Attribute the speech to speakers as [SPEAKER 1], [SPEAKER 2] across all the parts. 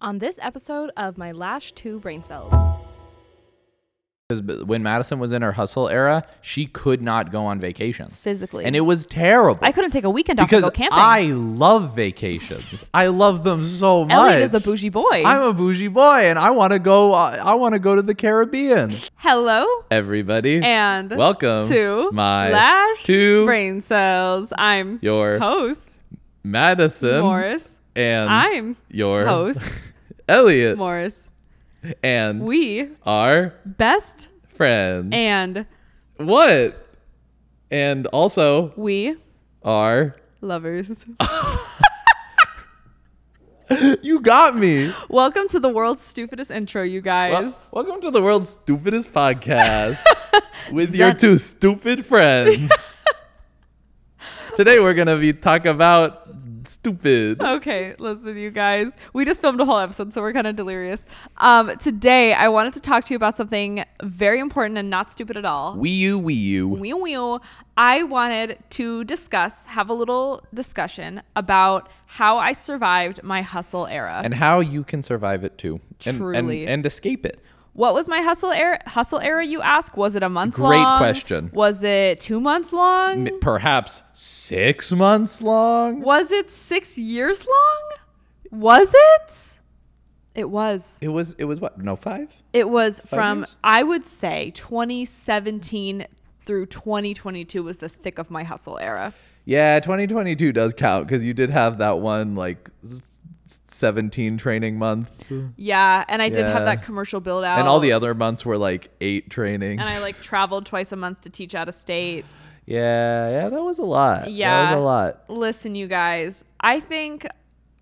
[SPEAKER 1] on this episode of My Lash 2 Brain Cells.
[SPEAKER 2] Because when Madison was in her hustle era, she could not go on vacations.
[SPEAKER 3] Physically.
[SPEAKER 2] And it was terrible.
[SPEAKER 3] I couldn't take a weekend off
[SPEAKER 2] because
[SPEAKER 3] to go camping.
[SPEAKER 2] I love vacations. I love them so much.
[SPEAKER 3] Elliot is a bougie boy.
[SPEAKER 2] I'm a bougie boy, and I want to go. Uh, I want to go to the Caribbean.
[SPEAKER 3] Hello
[SPEAKER 2] Everybody,
[SPEAKER 3] and
[SPEAKER 2] welcome
[SPEAKER 3] to
[SPEAKER 2] my
[SPEAKER 3] Lash
[SPEAKER 2] to
[SPEAKER 3] Brain Cells. I'm
[SPEAKER 2] your
[SPEAKER 3] host
[SPEAKER 2] Madison
[SPEAKER 3] Morris.
[SPEAKER 2] and
[SPEAKER 3] I'm
[SPEAKER 2] your
[SPEAKER 3] host
[SPEAKER 2] Elliot,
[SPEAKER 3] Morris.
[SPEAKER 2] and
[SPEAKER 3] We
[SPEAKER 2] are
[SPEAKER 3] best
[SPEAKER 2] friends.
[SPEAKER 3] and
[SPEAKER 2] what? And also
[SPEAKER 3] we
[SPEAKER 2] are
[SPEAKER 3] lovers.
[SPEAKER 2] you got me?
[SPEAKER 3] Welcome to the world's stupidest intro, you guys.
[SPEAKER 2] Well, welcome to the world's stupidest podcast with your
[SPEAKER 3] That-
[SPEAKER 2] two stupid friends. Today we're gonna be talking about stupid.
[SPEAKER 3] Okay, listen, you guys. We just filmed a whole episode, so we're kind of delirious. Um, today, I wanted to talk to you about something very important and not stupid at all.
[SPEAKER 2] Wii U, Wii U.
[SPEAKER 3] Wee wee. I wanted to discuss, have a little discussion about how I survived my hustle era.
[SPEAKER 2] and how you can survive it too, and and,
[SPEAKER 3] Truly.
[SPEAKER 2] and escape it.
[SPEAKER 3] what was my hustle era? Hustle era, you ask? Was it a month
[SPEAKER 2] Great
[SPEAKER 3] long?
[SPEAKER 2] question.
[SPEAKER 3] Was it two months long?
[SPEAKER 2] M- Perhaps six months long.
[SPEAKER 3] Was it six years long? Was it? It was.
[SPEAKER 2] It was. It was what? No, five.
[SPEAKER 3] It was from
[SPEAKER 2] years?
[SPEAKER 3] I would say 2017 through 2022 was the thick of my hustle era.
[SPEAKER 2] Yeah, 2022 does count because you did have that one like 17 training month,
[SPEAKER 3] Yeah, and I did
[SPEAKER 2] Yeah.
[SPEAKER 3] have that commercial build out.
[SPEAKER 2] and all the other months were like eight trainings.
[SPEAKER 3] Oh. and I like traveled twice a month to teach out of state.
[SPEAKER 2] yeah, yeah, that was a lot.
[SPEAKER 3] Yeah.
[SPEAKER 2] that was a lot.
[SPEAKER 3] Listen, you guys, I think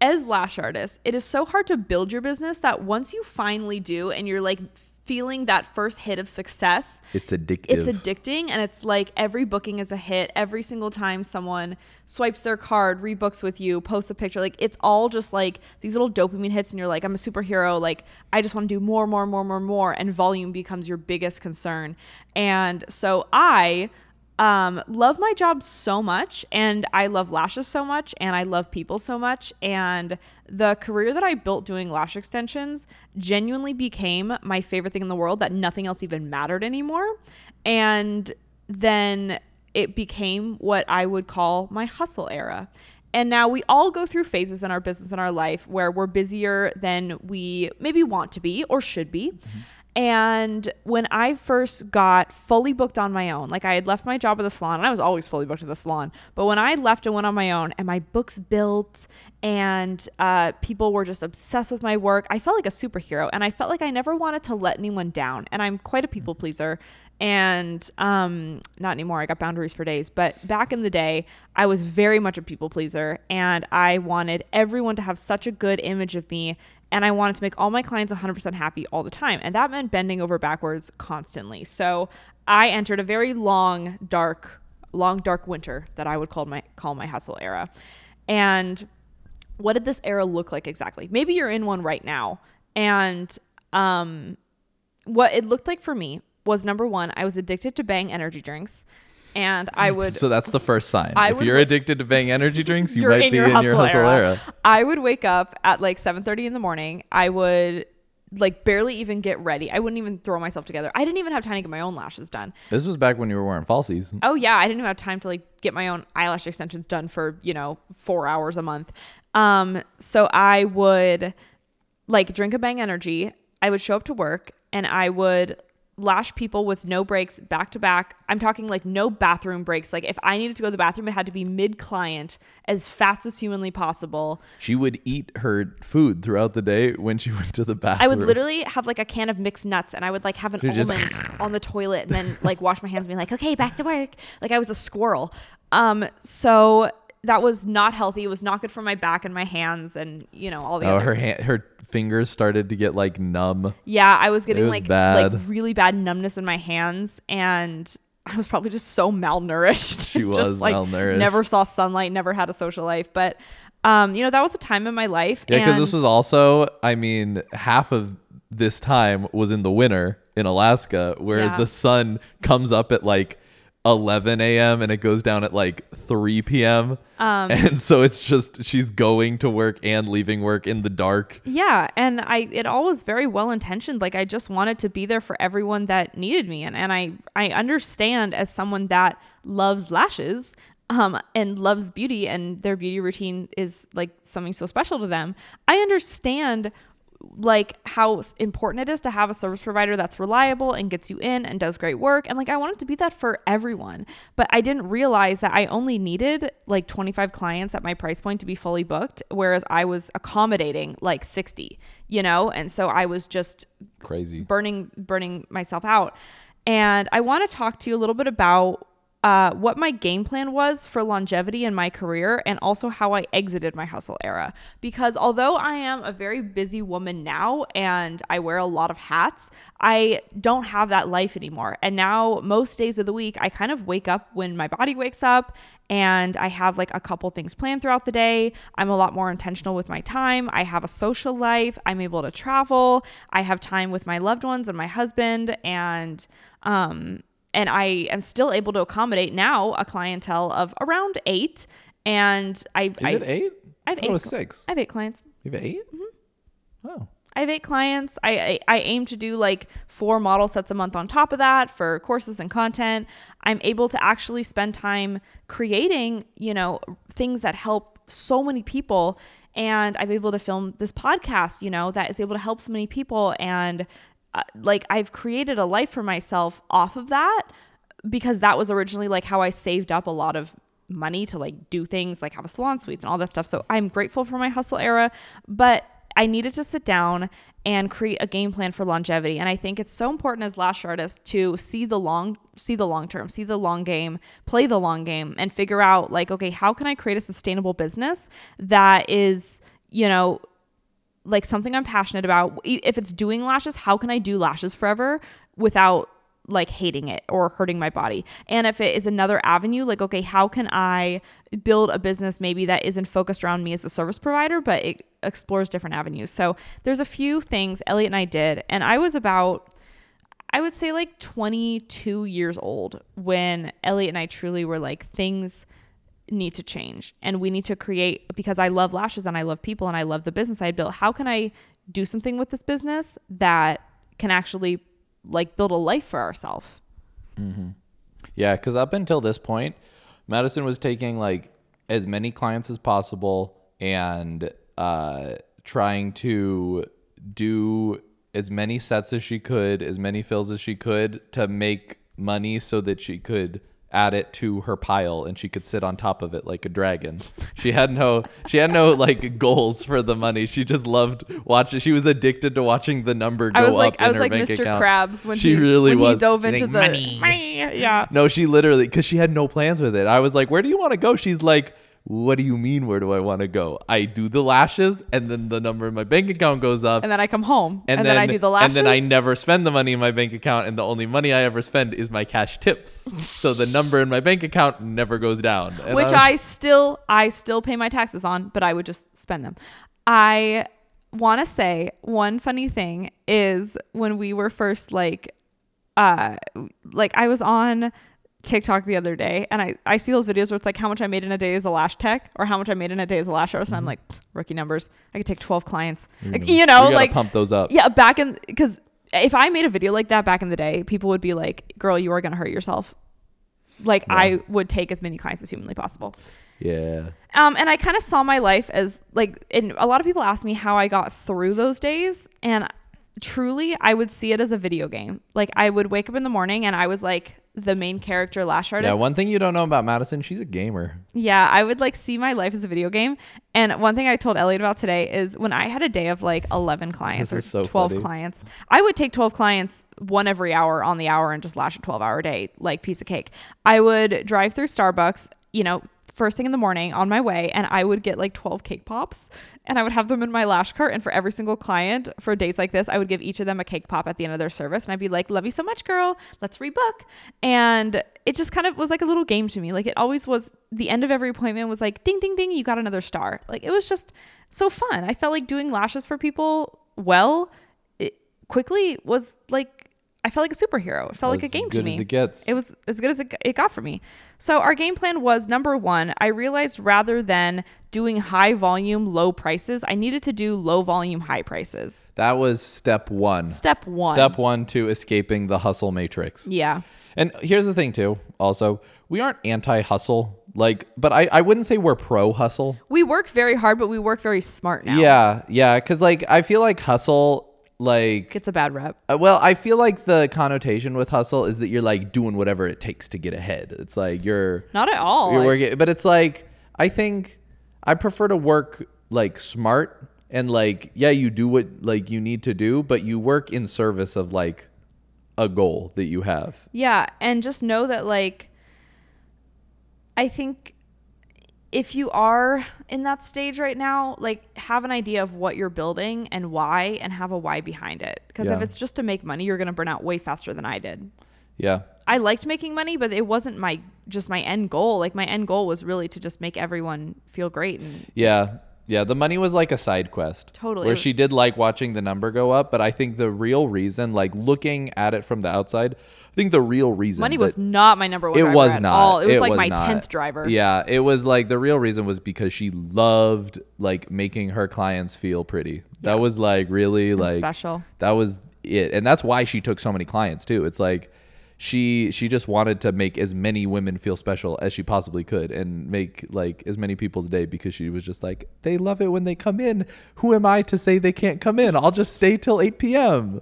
[SPEAKER 3] as lash artists, it is so hard to build your business that once you finally do and you're like feeling that first hit of success,
[SPEAKER 2] It's addictive.
[SPEAKER 3] it's addicting and it's like every booking is a hit every single time someone swipes their card rebooks with you posts a picture like it's all just like these little dopamine hits and you're like i'm a superhero like i just want to do more more more more more and volume becomes your biggest concern and so i um, love my job so much and I love lashes so much and I love people so much. And the career that I built doing lash extensions genuinely became my favorite thing in the world that nothing else even mattered anymore. And then it became what I would call my hustle era. And now we all go through phases in our business and our life where we're busier than we maybe want to be or should be. And when I first got fully booked on my own, like I had left my job at the salon, and I was always fully booked at the salon, but when I left and went on my own, and my books built, and uh, people were just obsessed with my work, I felt like a superhero, and I felt like I never wanted to let anyone down. And I'm quite a people pleaser, and um, not anymore. I got boundaries for days, but back in the day, I was very much a people pleaser, and I wanted everyone to have such a good image of me and I wanted to make all my clients 100% happy all the time. And that meant bending over backwards constantly. So I entered a very long, dark, long, dark winter that I would call my call my hustle era. And what did this era look like exactly? Maybe you're in one right now. And um, what it looked like for me was number one, I was addicted to Bang energy drinks. And I would
[SPEAKER 2] so that's the first sign.
[SPEAKER 3] I
[SPEAKER 2] if
[SPEAKER 3] would
[SPEAKER 2] you're
[SPEAKER 3] wa-
[SPEAKER 2] addicted to Bang energy drinks, you might be in your hustle era.
[SPEAKER 3] I would wake up at like 7:30 in the morning. I would like barely even get ready. I wouldn't even throw myself together. I didn't even have time to get my own lashes done.
[SPEAKER 2] This was back when you were wearing falsies.
[SPEAKER 3] Oh yeah, I didn't even have time to like get my own eyelash extensions done for, you know, 4 hours a month. Um so I would like drink a bang energy. I would show up to work and I would lash people with no breaks back to back. I'm talking like no bathroom breaks. Like if I needed to go to the bathroom, it had to be mid client as fast as humanly possible.
[SPEAKER 2] She would eat her food throughout the day when she went to the bathroom.
[SPEAKER 3] I would literally have like a can of mixed nuts and I would like have an
[SPEAKER 2] just-
[SPEAKER 3] almond on the toilet and then like wash my hands and be like, okay, back to work. Like I was a squirrel. Um, so that was not healthy. It was not good for my back and my hands and you know, all the
[SPEAKER 2] Oh,
[SPEAKER 3] other
[SPEAKER 2] her hand, her fingers started to get like numb.
[SPEAKER 3] Yeah, I was getting
[SPEAKER 2] was
[SPEAKER 3] like like
[SPEAKER 2] bad.
[SPEAKER 3] really bad numbness in my hands and I was probably just so malnourished.
[SPEAKER 2] She was
[SPEAKER 3] just, like,
[SPEAKER 2] malnourished.
[SPEAKER 3] Never saw sunlight, never had a social life. But um, you know, that was a time in my life.
[SPEAKER 2] Yeah, because this
[SPEAKER 3] and-
[SPEAKER 2] was also, I mean, half of this time was in the winter in Alaska, where
[SPEAKER 3] Yeah.
[SPEAKER 2] the sun comes up at like
[SPEAKER 4] 11 a.m. and it goes down at like 3 p.m.
[SPEAKER 3] Um,
[SPEAKER 4] and so it's just she's going to work and leaving work in the dark.
[SPEAKER 3] Yeah, and I it all was very well intentioned. Like I just wanted to be there for everyone that needed me, and and I I understand as someone that loves lashes, um, and loves beauty, and their beauty routine is like something so special to them. I understand like how s- important it is to have a service provider that's reliable and gets you in and does great work and like I wanted to be that for everyone but I didn't realize that I only needed like 25 clients at my price point to be fully booked whereas I was accommodating like 60 you know and so I was just
[SPEAKER 4] Crazy.
[SPEAKER 3] burning burning myself out and i want to talk to you a little bit about uh, what my game plan was for longevity in my career and also how i exited my hustle era because although i am a very busy woman now and i wear a lot of hats i don't have that life anymore and now most days of the week i kind of wake up when my body wakes up and I have like a couple things planned throughout the day. I'm a lot more intentional with my time. I have a social life. I'm able to travel. I have time with my loved ones and my husband and um and I am still able to accommodate now a clientele of around 8 and I I,
[SPEAKER 4] eight?
[SPEAKER 3] I
[SPEAKER 4] thought
[SPEAKER 3] have
[SPEAKER 4] it
[SPEAKER 3] eight
[SPEAKER 4] was
[SPEAKER 3] cl-
[SPEAKER 4] six.
[SPEAKER 3] I Mm-hmm. have 8 clients.
[SPEAKER 4] You have 8 Oh.
[SPEAKER 3] I have eight clients. I, I I aim to do like four model sets a month on top of that for courses and content. I'm able to actually spend time creating, you know, things that help so many people. And I'm able to film this podcast, you know, that is able to help so many people. And uh, like I've created a life for myself off of that because that was originally like how I saved up a lot of money to like do things like have a salon suites and all that stuff. So I'm grateful for my hustle era, but I needed to sit down and create a game plan for longevity. And I think it's so important as lash artists to see the long see the long term, see the long game, play the long game and figure out like okay, how can I create a sustainable business that is, you know, like something I'm passionate about. E- If it's doing lashes, how can I do lashes forever without like hating it or hurting my body? And if it is another avenue, like, okay, how can I build a business maybe that isn't focused around me as a service provider, but it explores different avenues? So there's a few things Elliot and I did. And I was about, I would say like 22 years old when Elliot and I truly were like, things need to change and we need to create because I love lashes and I love people and I love the business I had built. How can I do something with this business that can actually like build a life for ourselves?
[SPEAKER 2] Yeah, because up until this point, Madison was taking like as many clients as possible and uh, trying to do as many sets as she could, as many fills as she could to make money so that she could add it to her pile and she could sit on top of it like a dragon. She had no she had no like goals for the money. She just loved watching she was addicted to watching the number go
[SPEAKER 3] I was
[SPEAKER 2] up
[SPEAKER 3] like I
[SPEAKER 2] in
[SPEAKER 3] was
[SPEAKER 2] her
[SPEAKER 3] like
[SPEAKER 2] bank
[SPEAKER 3] Mr.
[SPEAKER 2] account.
[SPEAKER 3] Krabs when
[SPEAKER 2] she
[SPEAKER 3] he
[SPEAKER 2] really
[SPEAKER 3] when
[SPEAKER 2] was.
[SPEAKER 3] he dove
[SPEAKER 2] She's
[SPEAKER 3] into
[SPEAKER 2] like,
[SPEAKER 3] the
[SPEAKER 2] "Money."
[SPEAKER 3] yeah.
[SPEAKER 4] No, she literally because she had no plans with it. I was like, "Where do you want to go?" She's like, "What do you mean? Where do I want to go? I do the lashes, and then the number in my bank account goes up,
[SPEAKER 3] And then I come home and, then, I do the lashes.
[SPEAKER 4] and then I never spend the money in my bank account, and the only money I ever spend is my cash tips. so the number in my bank account never goes down. And
[SPEAKER 3] which
[SPEAKER 4] was-
[SPEAKER 3] I still I still pay my taxes on, but I would just spend them. I want to say one funny thing is when we were first like uh like I was on TikTok the other day and I I see those videos where it's like how much I made in a day as a lash tech or how much I made in a day as a lash artist and I'm like "Psst, rookie numbers. I could take 12 clients. Like, you
[SPEAKER 2] We
[SPEAKER 3] know,
[SPEAKER 2] gotta
[SPEAKER 3] like
[SPEAKER 2] pump those up.
[SPEAKER 3] yeah, back in because if I made a video like that back in the day, people would be like, "Girl, you are gonna hurt yourself." Like I would take as many clients as humanly possible.
[SPEAKER 2] Yeah.
[SPEAKER 3] Um, and I kind of saw my life as like, and a lot of people ask me how I got through those days. And truly, I would see it as a video game. Like, I would wake up in the morning and I was like the main character lash artist.
[SPEAKER 2] Yeah, one thing you don't know about Madison, she's a gamer.
[SPEAKER 3] Yeah, I would like see my life as a video game. And one thing I told Elliot about today is when I had a day of like 11 clients
[SPEAKER 2] This
[SPEAKER 3] or
[SPEAKER 2] is so
[SPEAKER 3] 12
[SPEAKER 2] funny.
[SPEAKER 3] clients, I would take 12 clients one every hour on the hour and just lash a 12 hour day, like piece of cake. I would drive through Starbucks, you know, first thing in the morning on my way, and I would get like 12 cake pops and I would have them in my lash cart. And for every single client for days like this, I would give each of them a cake pop at the end of their service. And I'd be like, love you so much, girl. Let's rebook. And it just kind of was like a little game to me. Like it always was the end of every appointment was like, ding, ding, ding, you got another star. Like it was just so fun. I felt like doing lashes for people well it, quickly was like I felt like a superhero. It felt like a
[SPEAKER 2] as
[SPEAKER 3] game to
[SPEAKER 2] good
[SPEAKER 3] me.
[SPEAKER 2] as it gets.
[SPEAKER 3] It was as good as it, g- it got for me. So our game plan was number one. I realized rather than doing high volume, low prices, I needed to do low volume, high prices.
[SPEAKER 2] That was step one.
[SPEAKER 3] Step one.
[SPEAKER 2] Step one to escaping the hustle matrix.
[SPEAKER 3] Yeah.
[SPEAKER 2] And here's the thing too, also, we aren't anti hustle. Like, but I, I wouldn't say we're pro hustle.
[SPEAKER 3] We work very hard, but we work very smart now.
[SPEAKER 2] Yeah, yeah. Cause like I feel like hustle like
[SPEAKER 3] Gets a bad rep.
[SPEAKER 2] Uh, well, I feel like the connotation with hustle is that you're like doing whatever it takes to get ahead. It's like you're
[SPEAKER 3] Not at all.
[SPEAKER 2] You're
[SPEAKER 3] Like-
[SPEAKER 2] working, but it's like I think I prefer to work like smart and like yeah, you do what like you need to do, but you work in service of like a goal that you have.
[SPEAKER 3] Yeah, and just know that like I think if you are in that stage right now, like have an idea of what you're building and why and have a why behind it. Cuz
[SPEAKER 2] Yeah.
[SPEAKER 3] if it's just to make money, you're going to burn out way faster than I did.
[SPEAKER 2] Yeah.
[SPEAKER 3] I liked making money, but it wasn't my just my end goal. Like my end goal was really to just make everyone feel great and
[SPEAKER 2] Yeah. Yeah, the money was like a side quest.
[SPEAKER 3] Totally.
[SPEAKER 2] Where she did like watching the number go up, but I think the real reason, like looking at it from the outside, I think the real reason
[SPEAKER 3] money
[SPEAKER 2] that-
[SPEAKER 3] was not my number one
[SPEAKER 2] it
[SPEAKER 3] driver
[SPEAKER 2] was
[SPEAKER 3] at
[SPEAKER 2] not
[SPEAKER 3] all. It was like my
[SPEAKER 2] not.
[SPEAKER 3] 10th driver.
[SPEAKER 2] yeah it was like the real reason was because she loved like making her clients feel pretty that was like really like
[SPEAKER 3] special.
[SPEAKER 2] that was it and that's why she took so many clients too it's like she she just wanted to make as many women feel special as she possibly could and make like as many people's day because she was just like they love it when they come in who am i to say they can't come in i'll just stay till 8 p.m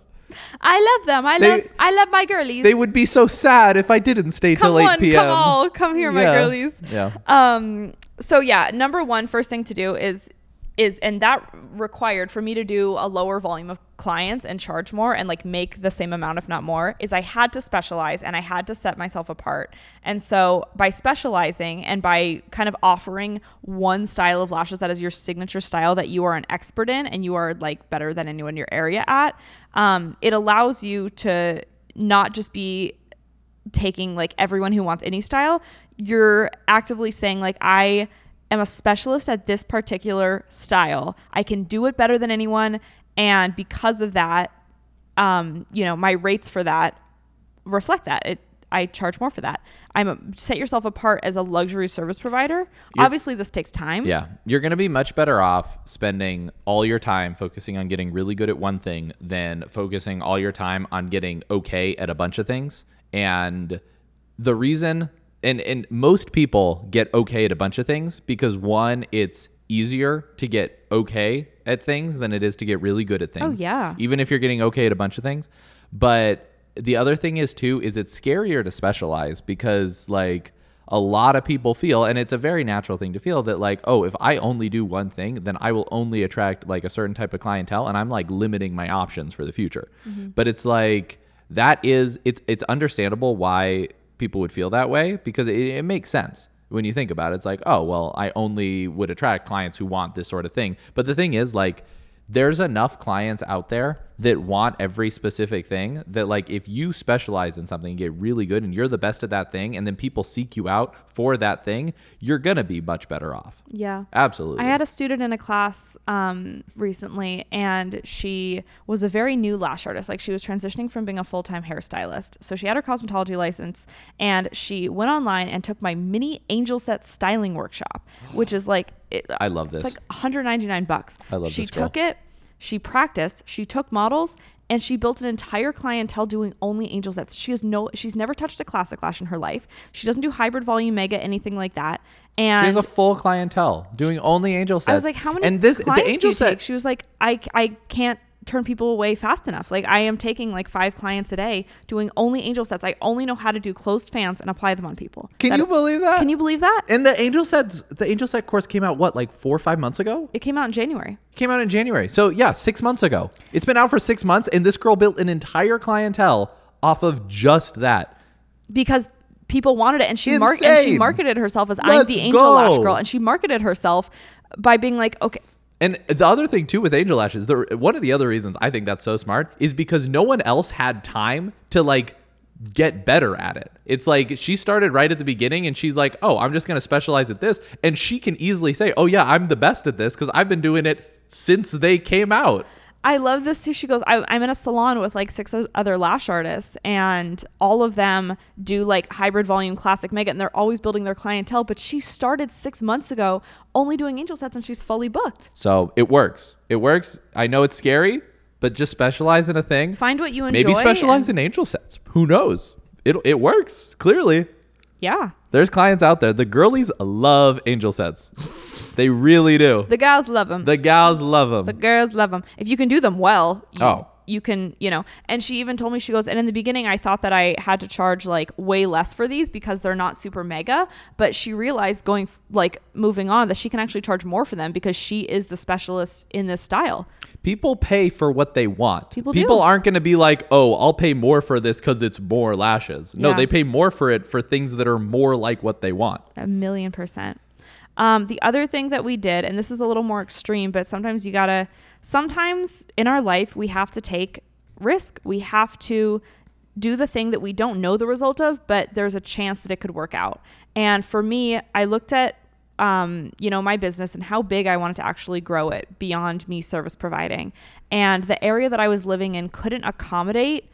[SPEAKER 3] I love them. I
[SPEAKER 2] They-
[SPEAKER 3] love I love my girlies.
[SPEAKER 2] they would be so sad if i didn't stay
[SPEAKER 3] come
[SPEAKER 2] till 8
[SPEAKER 3] on,
[SPEAKER 2] p.m
[SPEAKER 3] come all, come here, my
[SPEAKER 2] Yeah.
[SPEAKER 3] girlies.
[SPEAKER 2] yeah
[SPEAKER 3] um so yeah number one first thing to do is is and that required for me to do a lower volume of clients and charge more and like make the same amount if not more is i had to specialize and i had to set myself apart and so by specializing and by kind of offering one style of lashes that is your signature style that you are an expert in and you are like better than anyone in your area at um, it allows you to not just be taking like everyone who wants any style, you're actively saying like I am a specialist at this particular style. I can do it better than anyone and because of that um you know, my rates for that reflect that. It I charge more for that. I'm a, set yourself apart as a luxury service provider. Obviously this takes time.
[SPEAKER 2] Yeah. You're going to be much better off spending all your time focusing on getting really good at one thing than focusing all your time on getting okay at a bunch of things. And the reason and and most people get okay at a bunch of things because one it's easier to get okay at things than it is to get really good at things.
[SPEAKER 3] yeah.
[SPEAKER 2] Even if you're getting okay at a bunch of things, but the other thing is too is it's scarier to specialize because like a lot of people feel and it's a very natural thing to feel that like oh if i only do one thing then i will only attract like a certain type of clientele and i'm like limiting my options for the future but it's like that is it's it's understandable why people would feel that way because it, it makes sense when you think about it it's like oh well i only would attract clients who want this sort of thing but the thing is like there's enough clients out there that want every specific thing that like if you specialize in something and get really good and you're the best at that thing and then people seek you out for that thing you're gonna be much better off
[SPEAKER 3] Yeah.
[SPEAKER 2] absolutely
[SPEAKER 3] I had a student in a class um, recently, and she was a very new lash artist. Like she was transitioning from being a full time hairstylist. So she had her cosmetology license, and she went online and took my mini angel set styling workshop, which is like it,
[SPEAKER 2] I love this
[SPEAKER 3] It's like 199 bucks.
[SPEAKER 2] I love
[SPEAKER 3] She
[SPEAKER 2] this girl.
[SPEAKER 3] took it. She practiced. She took models. And she built an entire clientele doing only angel sets. She has no, she's never touched a classic lash in her life. She doesn't do hybrid volume mega, anything like that. And
[SPEAKER 2] she has a full clientele doing only angel sets
[SPEAKER 3] I was like, how many
[SPEAKER 2] and this
[SPEAKER 3] clients
[SPEAKER 2] the angel
[SPEAKER 3] do you
[SPEAKER 2] set
[SPEAKER 3] take? She was like, I, I can't turn people away fast enough. Like I am taking like five clients a day doing only angel sets. I only know how to do closed fans and apply them on people.
[SPEAKER 2] Can you believe that?
[SPEAKER 3] Can you believe that?
[SPEAKER 2] and the angel sets the angel set course came out what like four or five months ago
[SPEAKER 3] it came out in January.
[SPEAKER 2] Came out in January. So yeah, six months ago. It's been out for six months, and this girl built an entire clientele off of just that.
[SPEAKER 3] because people wanted it and she mar- and she
[SPEAKER 2] Insane.
[SPEAKER 3] marketed herself as I'm
[SPEAKER 2] Let's
[SPEAKER 3] the angel lash
[SPEAKER 2] go.
[SPEAKER 3] girl and she marketed herself by being like okay
[SPEAKER 2] And the other thing too with angel lashes, the, one of the other reasons I think that's so smart is because no one else had time to like get better at it. It's like she started right at the beginning and she's like, "Oh, I'm just going to specialize at this." And she can easily say, "Oh yeah, I'm the best at this because I've been doing it since they came out."
[SPEAKER 3] I love this too. She goes, I, I'm in a salon with like six o- other lash artists, and all of them do like hybrid volume classic mega, and they're always building their clientele. But she started six months ago only doing angel sets, and she's fully booked.
[SPEAKER 4] So it works. It works. I know it's scary, but just specialize in a thing.
[SPEAKER 3] Find what you enjoy.
[SPEAKER 4] Maybe specialize in angel sets. Who knows? It it works clearly.
[SPEAKER 3] Yeah.
[SPEAKER 4] There's clients out there. The girlies love angel sets. they really do.
[SPEAKER 3] The gals love them.
[SPEAKER 4] The gals love them.
[SPEAKER 3] The girls love them. If you can do them well, you,
[SPEAKER 2] Oh.
[SPEAKER 3] you can, you know. And she even told me, she goes, and in the beginning, I thought that I had to charge like way less for these because they're not super mega. But she realized going, f- like, moving on, that she can actually charge more for them because she is the specialist in this style.
[SPEAKER 4] People pay for what they want.
[SPEAKER 3] People do.
[SPEAKER 4] aren't going to be like, "Oh, I'll pay more for this cuz it's more lashes." No,
[SPEAKER 3] Yeah.
[SPEAKER 4] they pay more for it for things that are more like what they want.
[SPEAKER 3] A million percent. Um, the other thing that we did, and this is a little more extreme, but sometimes you gotta, sometimes in our life, we have to take risk. We have to do the thing that we don't know the result of, but there's a chance that it could work out. And for me, I looked at, um, you know, my business and how big I wanted to actually grow it beyond me service providing. And the area that I was living in couldn't accommodate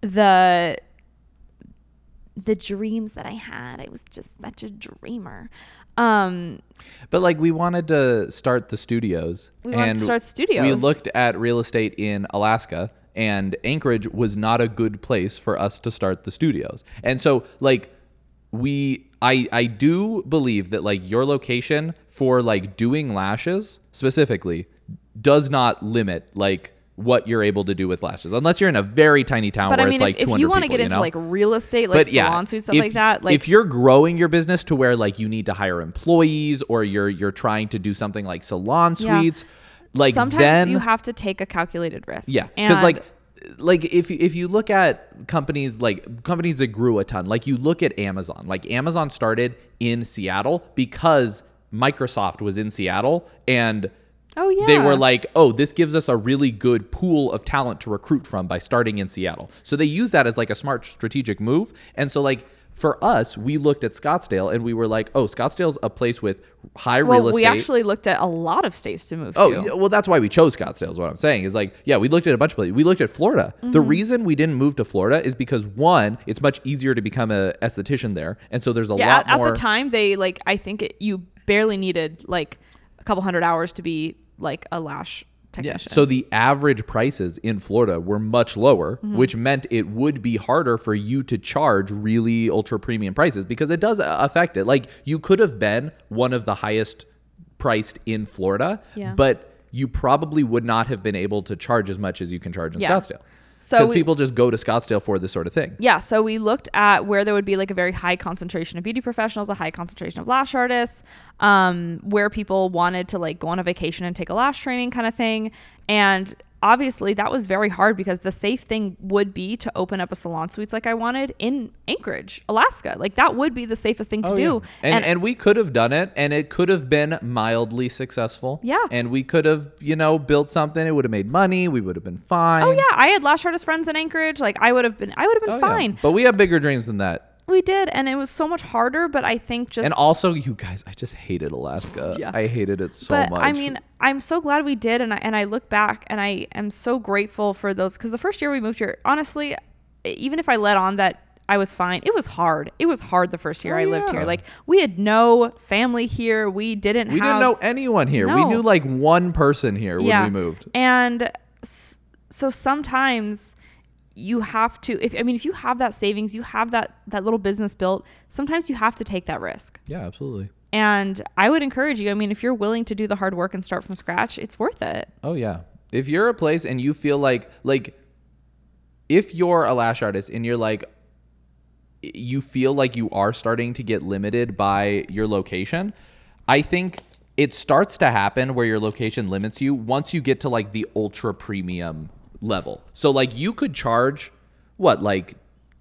[SPEAKER 3] the the dreams that I had. I was just such a dreamer. Um,
[SPEAKER 2] But like we wanted to start the studios.
[SPEAKER 3] We wanted to
[SPEAKER 2] and
[SPEAKER 3] start studios.
[SPEAKER 2] We looked at real estate in Alaska and Anchorage was not a good place for us to start the studios. And so like we I I do believe that like your location for like doing lashes specifically does not limit like what you're able to do with lashes unless you're in a very tiny town
[SPEAKER 3] but
[SPEAKER 2] where
[SPEAKER 3] I mean,
[SPEAKER 2] it's like
[SPEAKER 3] if,
[SPEAKER 2] 200
[SPEAKER 3] if you want to
[SPEAKER 2] people,
[SPEAKER 3] get into
[SPEAKER 2] know?
[SPEAKER 3] like real estate, like salon suites, stuff
[SPEAKER 2] if,
[SPEAKER 3] like that, like
[SPEAKER 2] if you're growing your business to where like you need to hire employees or you're you're trying to do something like salon
[SPEAKER 3] Yeah.
[SPEAKER 2] suites, like
[SPEAKER 3] sometimes
[SPEAKER 2] then
[SPEAKER 3] you have to take a calculated risk.
[SPEAKER 2] yeah, because
[SPEAKER 3] And-
[SPEAKER 2] like like if you- if you look at companies like companies that grew a ton, like you look at Amazon, like Amazon started in Seattle because Microsoft was in Seattle and.
[SPEAKER 3] oh yeah,
[SPEAKER 2] They were like, oh, this gives us a really good pool of talent to recruit from by starting in Seattle. So they use that as like a smart strategic move. And so, like, for us, we looked at Scottsdale and we were like, oh, Scottsdale's a place with high
[SPEAKER 3] well,
[SPEAKER 2] real estate.
[SPEAKER 3] we actually looked at a lot of states to move
[SPEAKER 2] Oh,
[SPEAKER 3] to.
[SPEAKER 2] yeah, well, that's why we chose Scottsdale, is what I'm saying. Is like, yeah, we looked at a bunch of places. We looked at Florida. The
[SPEAKER 3] Mm-hmm.
[SPEAKER 2] reason we didn't move to Florida is because, one, it's much easier to become a esthetician there. And so there's a
[SPEAKER 3] Yeah,
[SPEAKER 2] lot
[SPEAKER 3] at, at
[SPEAKER 2] more.
[SPEAKER 3] the time they like I think it, you barely needed like a couple hundred hours to be like a lash
[SPEAKER 2] Yeah.
[SPEAKER 3] technician.
[SPEAKER 2] So the average prices in Florida were much lower,
[SPEAKER 3] Mm-hmm.
[SPEAKER 2] which meant it would be harder for you to charge really ultra premium prices because it does a- affect it. Like you could have been one of the highest priced in Florida,
[SPEAKER 3] Yeah.
[SPEAKER 2] but you probably would not have been able to charge as much as you can charge in
[SPEAKER 3] Yeah.
[SPEAKER 2] Scottsdale.
[SPEAKER 3] So
[SPEAKER 2] Because
[SPEAKER 3] we-
[SPEAKER 2] people just go to Scottsdale for this sort of thing.
[SPEAKER 3] yeah so we looked at where there would be like a very high concentration of beauty professionals a high concentration of lash artists um, where people wanted to like go on a vacation and take a lash training kind of thing and obviously that was very hard because the safe thing would be to open up a salon suites like i wanted in anchorage alaska like that would be the safest thing to do
[SPEAKER 2] Oh, And, and we could have done it and it could have been mildly successful.
[SPEAKER 3] Yeah.
[SPEAKER 2] And we could have, you know, built something. It would have made money. We would have been fine.
[SPEAKER 3] oh yeah i had lash artist friends in anchorage like i would have been i would have been
[SPEAKER 2] Oh, yeah.
[SPEAKER 3] fine
[SPEAKER 2] But we have bigger dreams than that.
[SPEAKER 3] we did and it was so much harder but i think just
[SPEAKER 2] And also, you guys, I just hated Alaska.
[SPEAKER 3] Yeah.
[SPEAKER 2] I hated it so
[SPEAKER 3] but
[SPEAKER 2] much.
[SPEAKER 3] I mean, I'm so glad we did, and I and I look back and I am so grateful for those because the first year we moved here, honestly, e, even if I let on that I was fine, it was hard. It was hard the first year I lived here.
[SPEAKER 2] Oh, yeah.
[SPEAKER 3] Like we had no family here. We didn't.
[SPEAKER 2] we
[SPEAKER 3] have,
[SPEAKER 2] didn't know anyone here. We
[SPEAKER 3] No.
[SPEAKER 2] knew like one person here
[SPEAKER 3] yeah.
[SPEAKER 2] when we moved.
[SPEAKER 3] And s- so sometimes you have to if I mean if you have that savings, you have that that little business built, sometimes you have to take that risk.
[SPEAKER 2] Yeah, absolutely.
[SPEAKER 3] And I would encourage you, I mean if you're willing to do the hard work and start from scratch, it's worth it.
[SPEAKER 2] Oh yeah. If you're a place and you feel like like if you're a lash artist and you're like you feel like you are starting to get limited by your location, I think it starts to happen where your location limits you once you get to like the ultra premium level. So like you could charge what like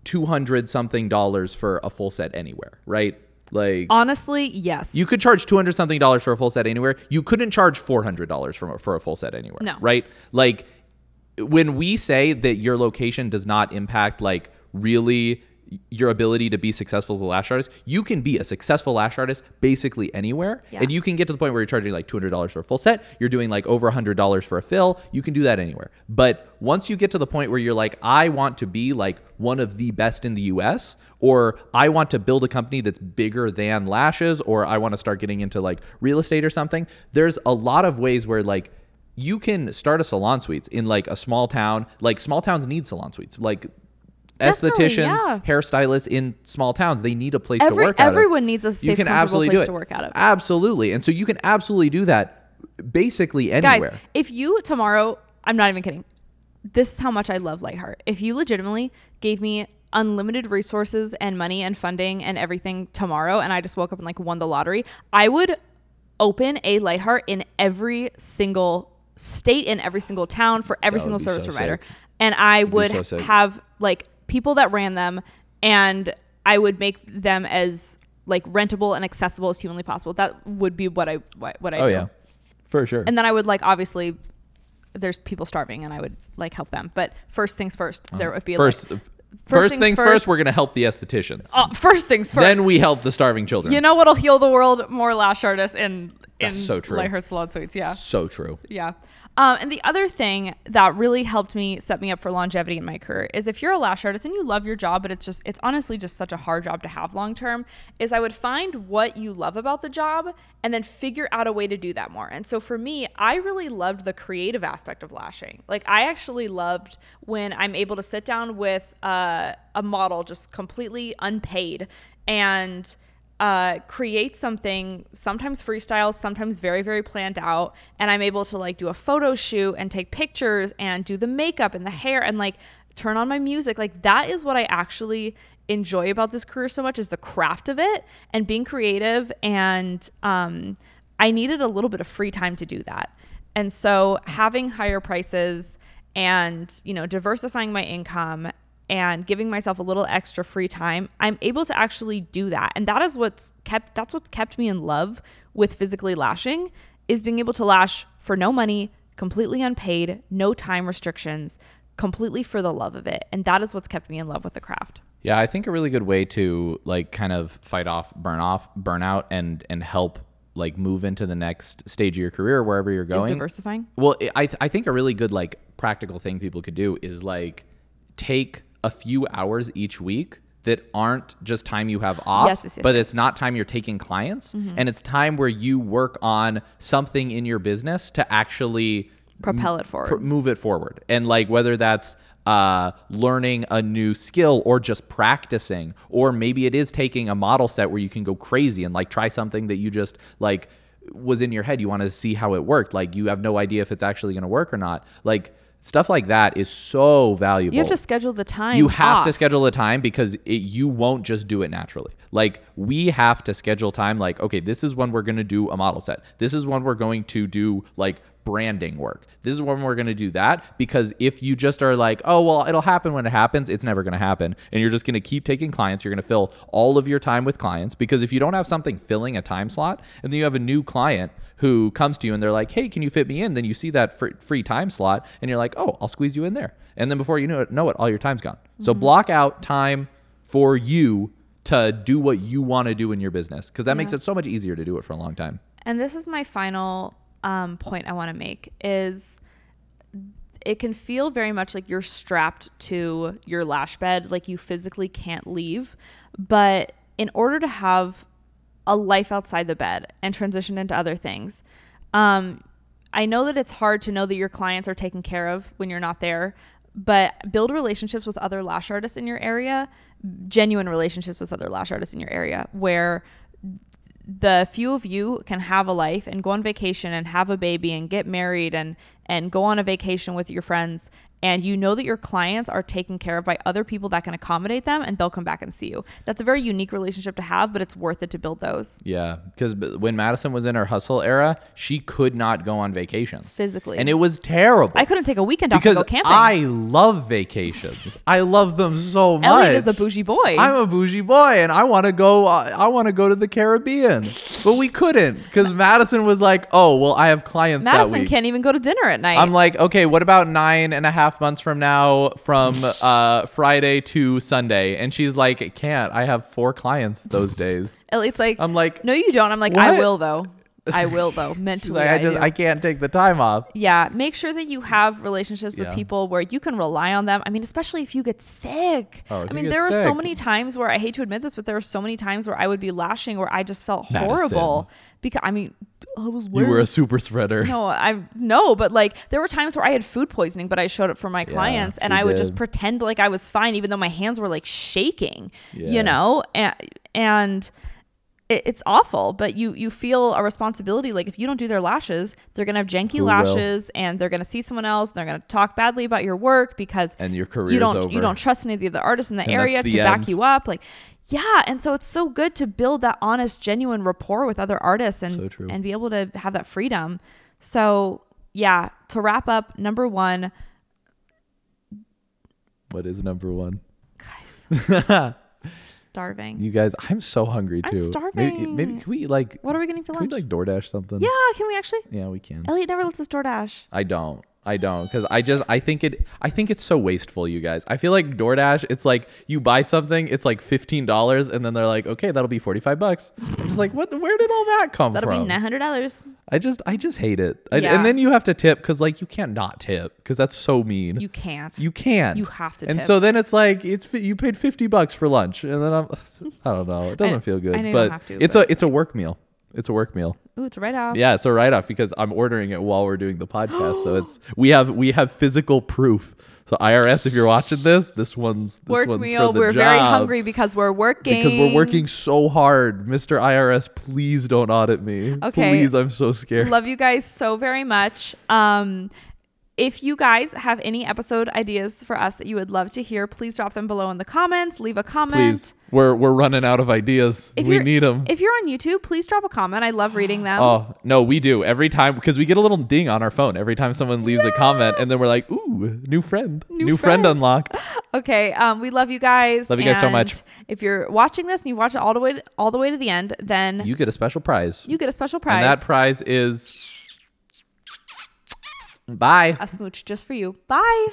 [SPEAKER 2] 200 something dollars for a full set anywhere, right? Like
[SPEAKER 3] Honestly, yes.
[SPEAKER 2] you could charge two hundred something dollars for a full set anywhere. You couldn't charge four hundred dollars for for a full set anywhere.
[SPEAKER 3] No.
[SPEAKER 2] right? Like when we say that your location does not impact like really
[SPEAKER 4] your ability to be successful as a lash artist. You can be a successful lash artist basically anywhere,
[SPEAKER 3] Yeah.
[SPEAKER 4] and you can get to the point where you're charging like two hundred dollars for a full set. You're doing like over hundred dollars for a fill. You can do that anywhere. But once you get to the point where you're like, I want to be like one of the best in the U.S. Or I want to build a company that's bigger than lashes, or I want to start getting into like real estate or something. There's a lot of ways where like you can start a salon suites in like a small town. Like small towns need salon suites. Like
[SPEAKER 3] Definitely,
[SPEAKER 4] estheticians,
[SPEAKER 3] yeah.
[SPEAKER 4] hairstylists in small towns, they need a place
[SPEAKER 3] Every-
[SPEAKER 4] to work out of.
[SPEAKER 3] everyone needs a safe, comfortable place to work out of.
[SPEAKER 4] Absolutely. And so you can absolutely do that basically anywhere.
[SPEAKER 3] Guys, if you tomorrow, I'm not even kidding. This is how much I love Lightheart. If you legitimately gave me unlimited resources and money and funding and everything tomorrow and I just woke up and like won the lottery, I would open a Lightheart in every single state in every single town for every
[SPEAKER 2] That
[SPEAKER 3] single
[SPEAKER 2] would be
[SPEAKER 3] service
[SPEAKER 2] so
[SPEAKER 3] provider.
[SPEAKER 2] sick.
[SPEAKER 3] And I would
[SPEAKER 2] so sick.
[SPEAKER 3] have like people that ran them and I would make them as like rentable and accessible as humanly possible. That would be what I what I
[SPEAKER 2] Oh
[SPEAKER 3] do
[SPEAKER 2] yeah, for sure.
[SPEAKER 3] and then I would like obviously there's people starving and I would like help them. But first things first, there would be
[SPEAKER 4] Oh. first,
[SPEAKER 3] like,
[SPEAKER 4] first, things, first, we're going to help the estheticians.
[SPEAKER 3] uh, first things first.
[SPEAKER 4] Then we help the starving children.
[SPEAKER 3] you know what'll heal the world more lash artists and in
[SPEAKER 4] That's so true.
[SPEAKER 3] Lightheart salon suites. Yeah,
[SPEAKER 4] so true.
[SPEAKER 3] yeah. Um, and the other thing that really helped me set me up for longevity in my career is if you're a lash artist and you love your job, but it's just it's honestly just such a hard job to have long term, is I would find what you love about the job and then figure out a way to do that more. And so for me, I really loved the creative aspect of lashing. Like I actually loved when I'm able to sit down with uh, a model just completely unpaid and uh, create something sometimes freestyle sometimes very very planned out and i'm able to like do a photo shoot and take pictures and do the makeup and the hair and like turn on my music like that is what i actually enjoy about this career so much is the craft of it and being creative and um, i needed a little bit of free time to do that and so having higher prices and you know diversifying my income and giving myself a little extra free time, I'm able to actually do that. And that is what's kept that's what's kept me in love with physically lashing is being able to lash for no money, completely unpaid, no time restrictions, completely for the love of it. And that is what's kept me in love with the craft.
[SPEAKER 2] Yeah, I think a really good way to like kind of fight off burn off burnout and and help like move into the next stage of your career wherever you're
[SPEAKER 3] Is
[SPEAKER 2] going.
[SPEAKER 3] diversifying.
[SPEAKER 2] Well, I- I th- I think a really good like practical thing people could do is like take a few hours each week that aren't just time you have off,
[SPEAKER 3] Yes, yes, Mm-hmm. yes,
[SPEAKER 2] but it's not time you're taking clients, and it's time where you work on something in your business to actually
[SPEAKER 3] Propel it
[SPEAKER 2] pr-
[SPEAKER 3] forward.
[SPEAKER 2] move it forward and like whether that's uh, learning a new skill or just practicing or maybe it is taking a model set where you can go crazy and like try something that you just like was in your head you want to see how it worked like you have no idea if it's actually going to work or not like stuff like that is so valuable
[SPEAKER 3] You have to schedule the time.
[SPEAKER 2] you have to
[SPEAKER 3] off.
[SPEAKER 2] schedule the time because it, you won't just do it naturally. Like we have to schedule time. Like okay, this is when we're going to do a model set. This is when we're going to do like branding work. This is when we're going to do that because if you just are like, oh well, it'll happen when it happens, it's never going to happen, and you're just going to keep taking clients. You're going to fill all of your time with clients because if you don't have something filling a time slot, and then you have a new client who comes to you and they're like, hey, can you fit me in? Then you see that fr- free time slot and you're like, oh, I'll squeeze you in there. And then before you know it, know it all your time's gone. So
[SPEAKER 3] Mm-hmm.
[SPEAKER 2] block out time for you to do what you want to do in your business because that makes it so much easier to do it for a long time.
[SPEAKER 3] And this is my final um, point I want to make is it can feel very much like you're strapped to your lash bed, like you physically can't leave. But in order to have a life outside the bed and transition into other things, um, I know that it's hard to know that your clients are taken care of when you're not there, but build relationships with other lash artists in your area, genuine relationships with other lash artists in your area, where the few of you can have a life and go on vacation and have a baby and get married and and go on a vacation with your friends and you know that your clients are taken care of by other people that can accommodate them and they'll come back and see you. That's a very unique relationship to have, but it's worth it to build those.
[SPEAKER 2] Yeah, because when Madison was in her hustle era, she could not go on vacations
[SPEAKER 3] Physically.
[SPEAKER 2] and it was terrible.
[SPEAKER 3] I couldn't take a weekend off
[SPEAKER 2] because
[SPEAKER 3] to go camping.
[SPEAKER 2] I love vacations. I love them so much.
[SPEAKER 3] Elliot is a bougie boy.
[SPEAKER 2] I'm a bougie boy, and I want to go. I I want to go to the Caribbean, but we couldn't because Madison was like, "Oh, well, I have clients that
[SPEAKER 3] Madison
[SPEAKER 2] week."
[SPEAKER 3] can't even go to dinner at night.
[SPEAKER 2] I'm like, okay, what about nine and a half months from now from uh, Friday to Sunday? And she's like, "It can't. I have four clients those days.
[SPEAKER 3] Elliot's like,
[SPEAKER 2] I'm like,
[SPEAKER 3] no, you don't. I'm like, I
[SPEAKER 2] what?
[SPEAKER 3] will though. I will though. Mentally,
[SPEAKER 2] She's like, I just,
[SPEAKER 3] do.
[SPEAKER 2] I can't take the time off.
[SPEAKER 3] yeah. Make sure that you have relationships
[SPEAKER 2] Yeah.
[SPEAKER 3] with people where you can rely on them. I mean, especially if you get sick.
[SPEAKER 2] Oh, if
[SPEAKER 3] I
[SPEAKER 2] you
[SPEAKER 3] mean,
[SPEAKER 2] get
[SPEAKER 3] there are so
[SPEAKER 2] sick.
[SPEAKER 3] many times where I hate to admit this, but there are so many times where I would be lashing where I just felt
[SPEAKER 2] Madison.
[SPEAKER 3] horrible because I mean, I was
[SPEAKER 2] You
[SPEAKER 3] wearing
[SPEAKER 2] were a super spreader.
[SPEAKER 3] No, I no, but like there were times where I had food poisoning, but I showed up for my clients, and
[SPEAKER 2] she
[SPEAKER 3] I would just
[SPEAKER 2] did.
[SPEAKER 3] pretend like I was fine, even though my hands were like shaking,
[SPEAKER 2] Yeah.
[SPEAKER 3] you know, and and it, it's awful. But you you feel a responsibility. Like if you don't do their lashes, they're gonna have janky
[SPEAKER 2] will?
[SPEAKER 3] lashes, and they're gonna see someone else, and they're gonna talk badly about your work because
[SPEAKER 2] And your
[SPEAKER 3] you
[SPEAKER 2] career's
[SPEAKER 3] don't
[SPEAKER 2] over.
[SPEAKER 3] you don't trust any of the other artists in the
[SPEAKER 2] And that's
[SPEAKER 3] area
[SPEAKER 2] the
[SPEAKER 3] to
[SPEAKER 2] end.
[SPEAKER 3] back you up, like. Yeah, and so it's so good to build that honest, genuine rapport with other artists and
[SPEAKER 2] So true.
[SPEAKER 3] and be able to have that freedom. So, yeah, to wrap up, number 1,
[SPEAKER 2] What is number one?
[SPEAKER 3] starving.
[SPEAKER 2] You guys, I'm so hungry too.
[SPEAKER 3] I'm
[SPEAKER 2] Maybe, maybe
[SPEAKER 3] starving.
[SPEAKER 2] can we like,
[SPEAKER 3] what are we getting for
[SPEAKER 2] can we
[SPEAKER 3] lunch?
[SPEAKER 2] like DoorDash something?
[SPEAKER 3] yeah, can we actually?
[SPEAKER 2] Yeah, we can.
[SPEAKER 3] Elliot never lets us DoorDash.
[SPEAKER 2] I don't. I don't because I just I think it I think it's so wasteful, you guys. I feel like DoorDash. It's like you buy something, it's like fifteen dollars, and then they're like, okay, that'll be forty five bucks. I'm just like, what? Where did all that come
[SPEAKER 3] That'll
[SPEAKER 2] from?
[SPEAKER 3] be $900.
[SPEAKER 2] I just I just hate it. I,
[SPEAKER 3] Yeah.
[SPEAKER 2] And then you have to tip because like you can't not tip because that's so mean.
[SPEAKER 3] You can't.
[SPEAKER 2] You can't.
[SPEAKER 3] You have to
[SPEAKER 2] And
[SPEAKER 3] tip.
[SPEAKER 2] so then it's like it's you paid fifty bucks for lunch, and then I'm I don't know. It doesn't feel good,
[SPEAKER 3] I know you
[SPEAKER 2] but
[SPEAKER 3] don't have to,
[SPEAKER 2] it's
[SPEAKER 3] but-
[SPEAKER 2] a it's a work meal. It's a work meal.
[SPEAKER 3] Ooh, it's right off.
[SPEAKER 2] Yeah, it's a write off because I'm ordering it while we're doing the podcast. so it's we have we have physical proof. So IRS, if you're watching this, this one's this
[SPEAKER 3] Work
[SPEAKER 2] one's
[SPEAKER 3] meal.
[SPEAKER 2] for the
[SPEAKER 3] We're very
[SPEAKER 2] job.
[SPEAKER 3] hungry because we're working.
[SPEAKER 2] because we're working so hard. Mr. IRS, please don't audit me.
[SPEAKER 3] Okay.
[SPEAKER 2] Please, I'm so scared.
[SPEAKER 3] Love you guys so very much. Um, if you guys have any episode ideas for us that you would love to hear, please drop them below in the comments. Leave a comment.
[SPEAKER 2] please, we're we're running out of ideas.
[SPEAKER 3] If
[SPEAKER 2] we
[SPEAKER 3] you're-
[SPEAKER 2] need them.
[SPEAKER 3] If you're on YouTube, please drop a comment. I love reading them.
[SPEAKER 2] Oh no, we do every time because we get a little ding on our phone every time someone leaves a comment, and then we're like, "Ooh, new friend, new, friend.
[SPEAKER 3] friend."
[SPEAKER 2] unlocked."
[SPEAKER 3] Okay, um, we love you guys.
[SPEAKER 2] Love you guys so
[SPEAKER 3] and
[SPEAKER 2] much.
[SPEAKER 3] If you're watching this and you watch it all the way to, all the way to the end, then you,
[SPEAKER 2] You get a special prize,
[SPEAKER 3] get a special
[SPEAKER 2] and
[SPEAKER 3] prize,
[SPEAKER 2] that prize is bye.
[SPEAKER 3] a smooch just for you. Bye.